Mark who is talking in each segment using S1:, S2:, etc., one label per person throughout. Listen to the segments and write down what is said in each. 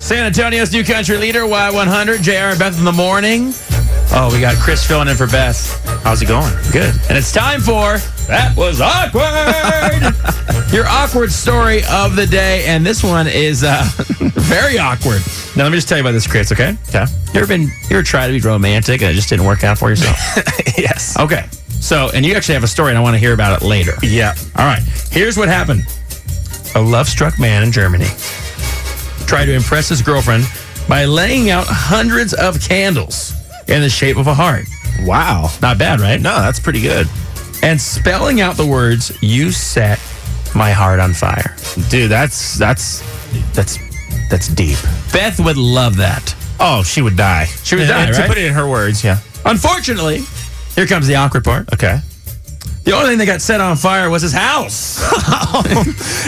S1: San Antonio's new country leader, Y100, JR and Beth in the morning. Oh, we got Chris filling in for Beth.
S2: How's it going?
S1: Good. And it's time for That Was Awkward! Your awkward story of the day. And this one is uh, very awkward.
S2: Now let me just tell you about this, Chris. Okay?
S1: Okay. You ever been, you ever tried to be romantic and it just didn't work out for yourself?
S2: yes.
S1: okay. So, and you actually have a story and I want to hear about it later.
S2: Yeah.
S1: All right. Here's what happened. A love-struck man in Germany tried to impress his girlfriend by laying out hundreds of candles in the shape of a heart.
S2: Wow.
S1: Not bad, right?
S2: No, that's pretty good,
S1: And spelling out the words, "You set my heart on fire."
S2: dude. That's that's that's that's deep.
S1: Beth would love that.
S2: Oh, she would die. She
S1: would die,
S2: To
S1: right?
S2: put it in her words, yeah.
S1: Unfortunately, here comes the awkward part.
S2: Okay.
S1: The only thing that got set on fire was his house,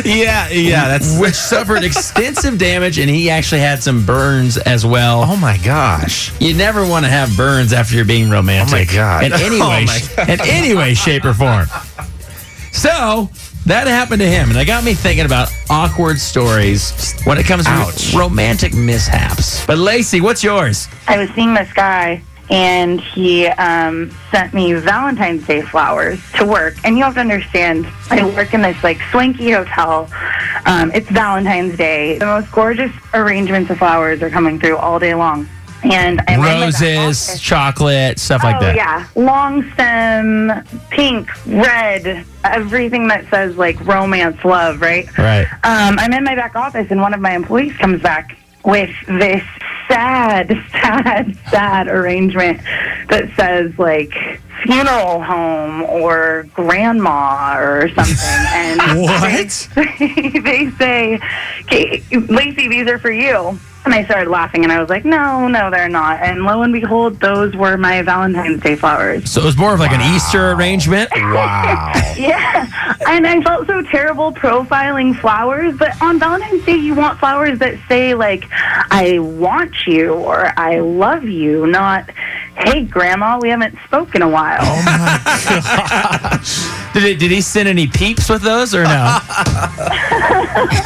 S2: yeah, yeah. That's.
S1: which suffered extensive damage, and he actually had some burns as well.
S2: Oh my gosh.
S1: You never want to have burns after you're being romantic.
S2: Oh, my God.
S1: In any
S2: Oh,
S1: way,
S2: my
S1: in any way, shape, or form. So that happened to him, and it got me thinking about awkward stories when it comes to
S2: Ouch.
S1: romantic mishaps. But Lacey, what's yours?
S3: I was seeing this guy, and he um, sent me Valentine's Day flowers to work. And you have to understand, I work in this like swanky hotel. Um, it's Valentine's Day. The most gorgeous arrangements of flowers are coming through all day long. And I went in the
S1: Roses,
S3: office.
S1: chocolate, stuff like
S3: oh,
S1: that.
S3: Yeah, long stem, pink, red, everything that says like romance, love, right?
S1: Right.
S3: Um, I'm in my back office, and one of my employees comes back with this sad, sad, sad arrangement that says like funeral home or grandma or something. And
S2: What?
S3: They, they say, "Okay, Lacey, these are for you." And I started laughing, and I was like, "No, no, they're not." And lo and behold, those were my Valentine's Day flowers.
S1: So it was more of like an Easter arrangement.
S2: Wow.
S3: Yeah, and I felt so terrible profiling flowers, but on Valentine's Day, you want flowers that say, like, I want you or I love you, not, hey, Grandma, we haven't spoken in a while.
S1: Did, it, did he send any peeps with those or no?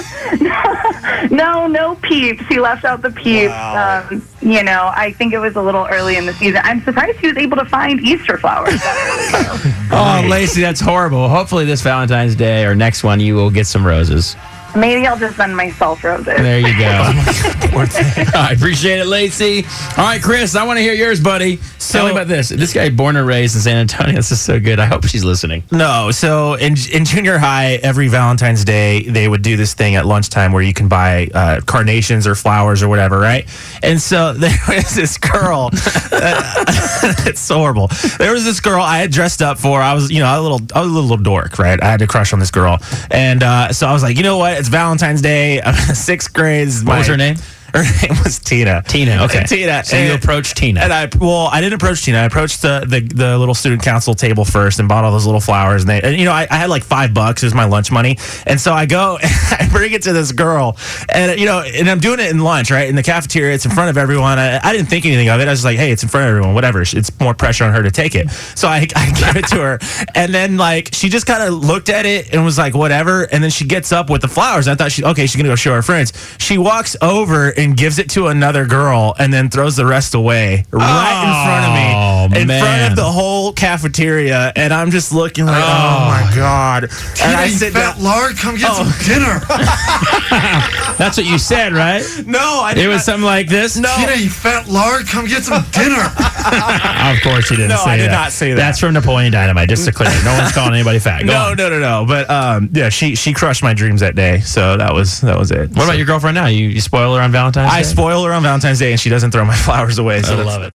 S3: No, no peeps. He left out the peeps.
S2: Wow.
S3: Um, you know, I think it was a little early in the season. I'm surprised he was able to find Easter flowers.
S1: oh, Lacey, that's horrible. Hopefully, this Valentine's Day or next one, you will get some roses.
S3: Maybe I'll just send myself roses.
S1: There you go.
S2: Oh
S1: I appreciate it, Lacey. All right, Chris, I want to hear yours, buddy. Tell me about this. This guy, born and raised in San Antonio, this is so good. I hope she's listening.
S2: No, so in in junior high, every Valentine's Day they would do this thing at lunchtime where you can buy uh, carnations or flowers or whatever, right? And so there was this girl. it's so horrible. There was this girl I had dressed up for. I was, you know, I was a little, I was a little dork, right? I had a crush on this girl, and uh, so I was like, you know what? It's Valentine's Day. I'm in sixth grade.
S1: What was her name?
S2: Her name was Tina.
S1: Tina, okay.
S2: Tina.
S1: So you
S2: And-
S1: approached Tina.
S2: and I well, I didn't approach Tina. I approached the, the the little student council table first and bought all those little flowers. And they, and, you know, I, I had like five bucks. It was my lunch money. And so I go and I bring it to this girl, and you know, and I'm doing it in lunch, right, in the cafeteria. It's in front of everyone. I, I didn't think anything of it. I was just like, hey, it's in front of everyone. Whatever. It's more pressure on her to take it. So I I give it to her, and then like she just kind of looked at it and was like, whatever. And then she gets up with the flowers. And I thought she okay, she's gonna go show her friends. She walks over and gives it to another girl, and then throws the rest away right in front of me,
S1: Oh,
S2: in front
S1: man.
S2: of the whole cafeteria, and I'm just looking like, oh, my god. and I Oh.
S4: you
S2: sit
S4: fat
S2: down.
S4: lard, come get some dinner.
S1: That's what you said, right?
S2: No, I
S1: It
S2: did
S1: was
S2: not-
S1: something like this? No.
S4: Tina, you fat lard, come get some dinner.
S1: Of course you didn't
S2: No,
S1: say
S2: I did
S1: that.
S2: not say that.
S1: That's from Napoleon Dynamite, just to clear. it. No one's calling anybody fat. Go
S2: No,
S1: on.
S2: no, no, no. But um, yeah, she she crushed my dreams that day. So that was that was it.
S1: What about your girlfriend now? You, you spoil her on Valentine's
S2: I
S1: Day?
S2: spoil her on Valentine's Day, and she doesn't throw my flowers away. So
S1: I
S2: that's-
S1: love it.